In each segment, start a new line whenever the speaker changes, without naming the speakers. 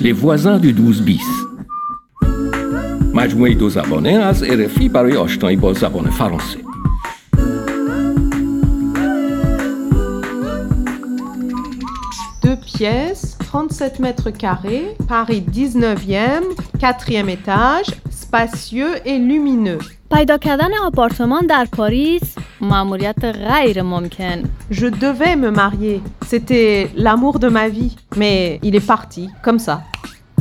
Les voisins du 12 بیس مجموعه دو زبانه از RFI برای آشنایی با زبان فرانسه
Deux pièces, 37 mètres carrés, Paris 19e, quatrième étage, spacieux et lumineux.
پیدا کردن آپارتمان در پاریس مأموریت غیر ممکن
Je devais me marier. C'était l'amour de ma vie. Mais il est parti, comme ça.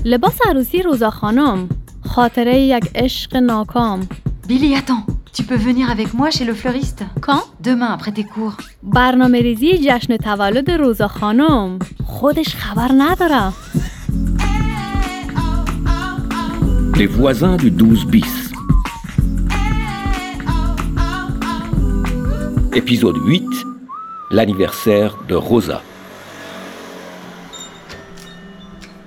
لباس عروسی روزا خانم خاطره یک عشق ناکام
Billy, attends, tu peux venir avec moi chez le fleuriste
کام
Demain après tes cours.
برنامه ریزی جشن تولد روزا خانم خودش خبر نداره
Les voisins du 12 bis. Épisode 8. L'anniversaire de Rosa.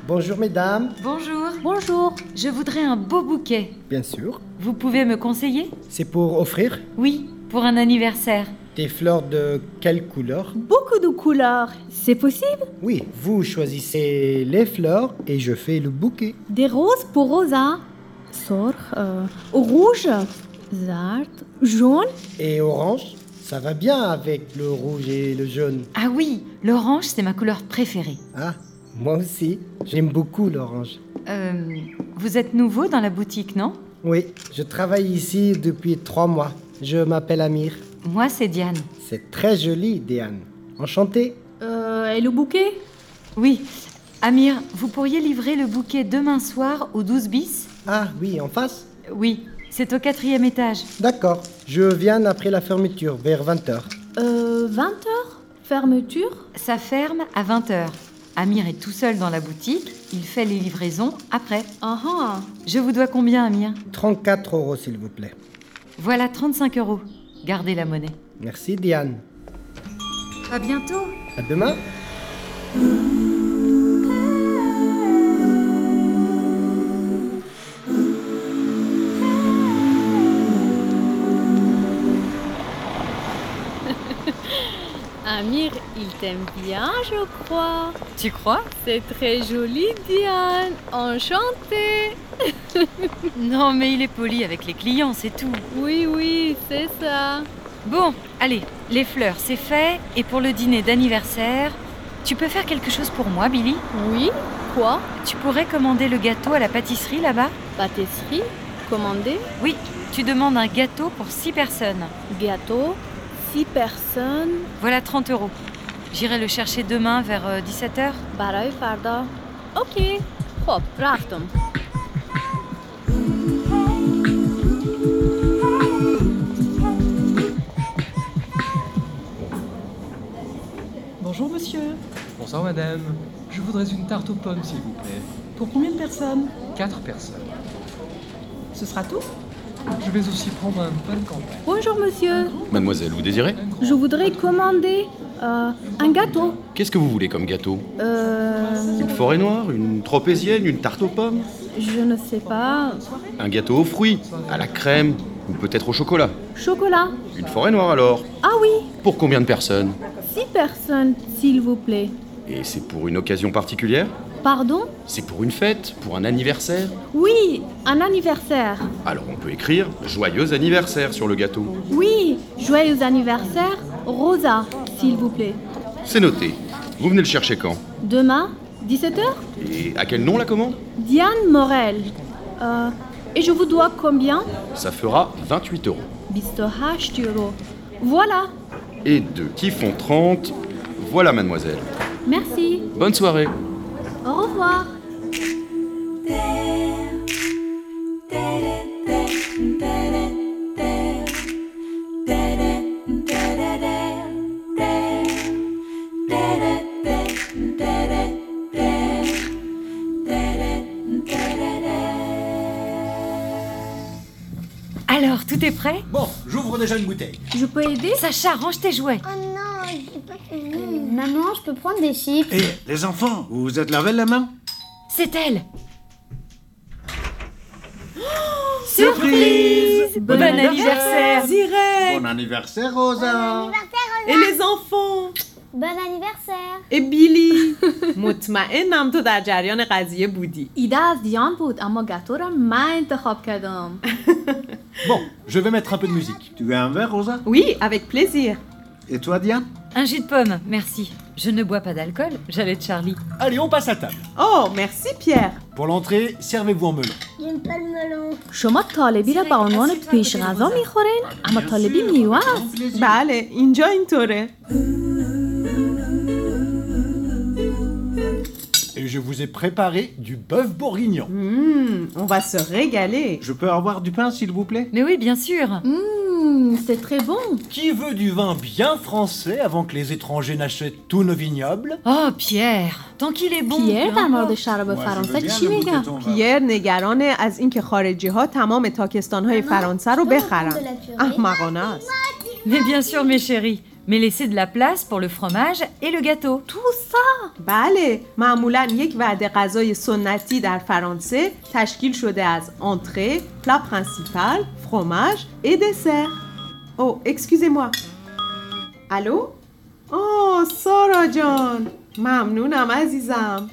Bonjour mesdames,
Bonjour. Bonjour. Je voudrais un beau bouquet.
bien sûr.
Vous pouvez me conseiller
C'est pour offrir
Oui, pour un anniversaire.
des fleurs de quelle couleur
Beaucoup de couleurs. C'est possible
Oui, vous choisissez les fleurs et je fais le bouquet.
Des roses pour Rosa. سرخ اه، rouge زرد jaune
Et orange, ça va bien avec le rouge et le jaune.
Ah oui, l'orange, c'est ma couleur préférée.
Ah, moi aussi, j'aime beaucoup l'orange.
Euh, vous êtes nouveau dans la boutique, non
Oui, je travaille ici depuis trois mois. Je m'appelle Amir.
Moi, c'est Diane.
C'est très joli, Diane. Enchanté.
et le bouquet
Oui. Amir, vous pourriez livrer le bouquet demain soir au 12 bis
Ah oui, en face
Oui, c'est au quatrième étage.
D'accord, je viens après la fermeture, vers 20h.
20 heures fermeture
Ça ferme à 20h. Amir est tout seul dans la boutique, il fait les livraisons après.
آها
Je vous dois combien, Amir
34 euros, s'il vous plaît.
Voilà 35 euros. Gardez la monnaie.
Merci, Diane.
À bientôt
À demain.
Amir, il t'aime bien, je crois.
Tu crois
C'est très joli, Diane. Enchantée.
Non, mais il est poli avec les clients, c'est tout.
Oui, oui, c'est ça.
Bon, allez, les fleurs, c'est fait. Et pour le dîner d'anniversaire, tu peux faire quelque chose pour moi, Billy
Oui, quoi
Tu pourrais commander le gâteau à la pâtisserie là-bas
Pâtisserie, commandée,
Oui, tu demandes un gâteau pour 6 personnes.
gâteau, six personnes,
Voilà 30 euros. J'irai le chercher demain vers euh, 17h.
برای فردا. OK. خب رفتم
Bonjour monsieur,
Bonsoir madame, je voudrais une tarte aux pommes s'il vous plaît.
pour combien de personnes
Quatre personnes.
Ce sera tout
Je vais aussi prendre un pain de campagne.
Bonjour monsieur,
Mademoiselle, vous désirez
Un grand-
je voudrais commander euh, un gâteau.
Qu'est-ce que vous voulez comme gâteau
Euh,
Une forêt noire, une tropézienne, une tarte aux pommes
je ne sais pas.
Un gâteau aux fruits, à la crème, ou peut-être au chocolat
Chocolat.
Une forêt noire alors
Ah oui,
Pour combien de personnes
six personnes, s'il vous plaît.
Et c'est pour une occasion particulière
Pardon
C'est pour une fête Pour un anniversaire
Oui, un anniversaire.
Alors on peut écrire Joyeux anniversaire sur le gâteau.
Oui, joyeux anniversaire, Rosa, s'il vous plaît.
C'est noté. Vous venez le chercher quand
Demain, 17h,
Et à quel nom la commande
Diane Morel. Euh, et je vous dois combien
Ça fera 28 euros.
28 euros. Voilà,
Et deux qui font 30. Voilà mademoiselle.
merci.
Bonne soirée.
Au revoir.
Alors, tout est prêt
Bon, j'ouvre déjà une bouteille.
Je peux aider
Sacha, range tes jouets.
Oh non, j'ai pas fini. Euh, maman, je peux prendre des chips
Et les enfants, vous vous êtes lavé la main
C'est elle.
Surprise
Oh, Bon, anniversaire.
Direct
Bon anniversaire, Rosa
Et les enfants
Bon anniversaire
Et Billy
مطمئنم تو در جریان قضیه بودی
ایده از دیان بود اما گاتو را من انتخاب کردم
Bon, je vais mettre un peu de musique. Tu veux un verre, Rosa
Oui, avec plaisir.
Et toi, Diane
Un jus de pomme, merci. Je ne bois pas d'alcool, j'allais de Charlie.
Allez, on passe à table.
Oh, merci Pierre.
Pour l'entrée, servez-vous en melon.
J'aime pas le melon.
شما طالبی را به عنوان پیش غذا میخورین اما طالبی میوه است
بله اینجا اینطوره.
Et je vous ai préparé du bœuf bourguignon.
Hmm, on va se régaler.
Je peux avoir du pain, s'il vous plaît
Mais oui, bien sûr.
Mmh.
مم، c'est très bon.
Qui veut du vin bien français avant que les étrangers n'achètent tous nos vignobles
Oh, Pierre, tant qu'il est bon.
پیر
peu
در
importe.
مورد شراب فرانسه چی میگم؟
پیر نگرانه از اینکه خارجی ها تمام تاکستان های فرانسه رو بخرن. احمقانه است.
Mais bien sûr, mes chéris. Mais laissez de la place pour le fromage et le gâteau. Tout
بله معمولا یک وعده غذای سنتی در فرانسه تشکیل شده از آنتره، پلا پرنسیپال، فروماژ و دسر او اکسکیوزه موا الو آه سارا Oh, جان ممنونم عزیزم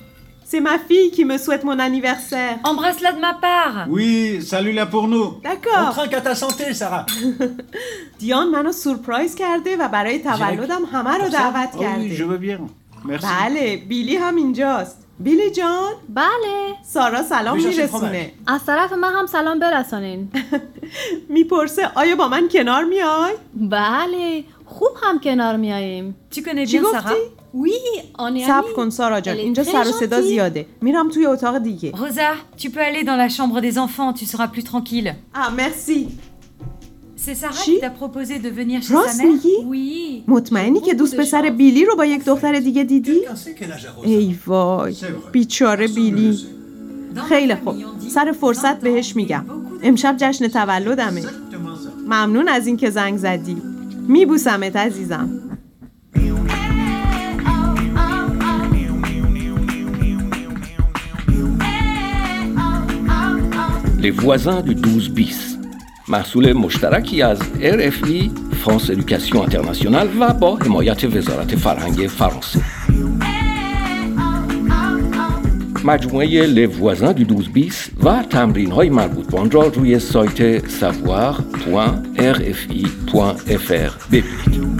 C'est ma fille qui me souhaite mon anniversaire.
Embrasse-la de ma part.
Oui, salut-la pour nous.
Ah.
D'accord.
à ta santé, Sarah.
دیان منو سورپرایز کرده و برای تولدم همه رو دعوت کرده.
Ah veux bien. Merci.
بله، بیلی هم اینجاست. بیلی جان،
بله
سارا سلام
بیا شاشه
میرسونه.
خامه.
از طرف من هم سلام برسانین
میپرسه آیا با من کنار میای؟
بله خوب هم کنار میاییم
Tu connais
چی
bien Sarah
گفتی؟
وی آنیانی
صبر کن سارا جان
Elle est
اینجا
très
سر و صدا
gentille.
زیاده میرم توی اتاق دیگه
Rosa, tu peux aller dans la chambre des enfants, tu seras plus tranquille.
آ مرسی
C'est Sarah
Chi
qui t'a proposé de venir chez
راست
sa mère
میگی
وی
مطمئنی که دوست پسر بیلی رو با یک دختر دیگه دیدی
sait quel âge a Rosa
ای وای بیچاره بیلی
Dans ma
خیلی
famille,
خوب
on dit
سر فرصت
20 ans,
بهش میگم
beaucoup de-
امشب جشن تولدمه
Exactement ça.
ممنون از اینکه زنگ زدی میبوسمت عزیزم
Les voisins du 12 bis محصول مشترکی از RFI فرانس Education International و با حمایت وزارت فرهنگ فرانسه مجموعه لوازن دو 12 بیس و تمرین های مربوط به آن را روی سایت savoir.rfi.fr ببینید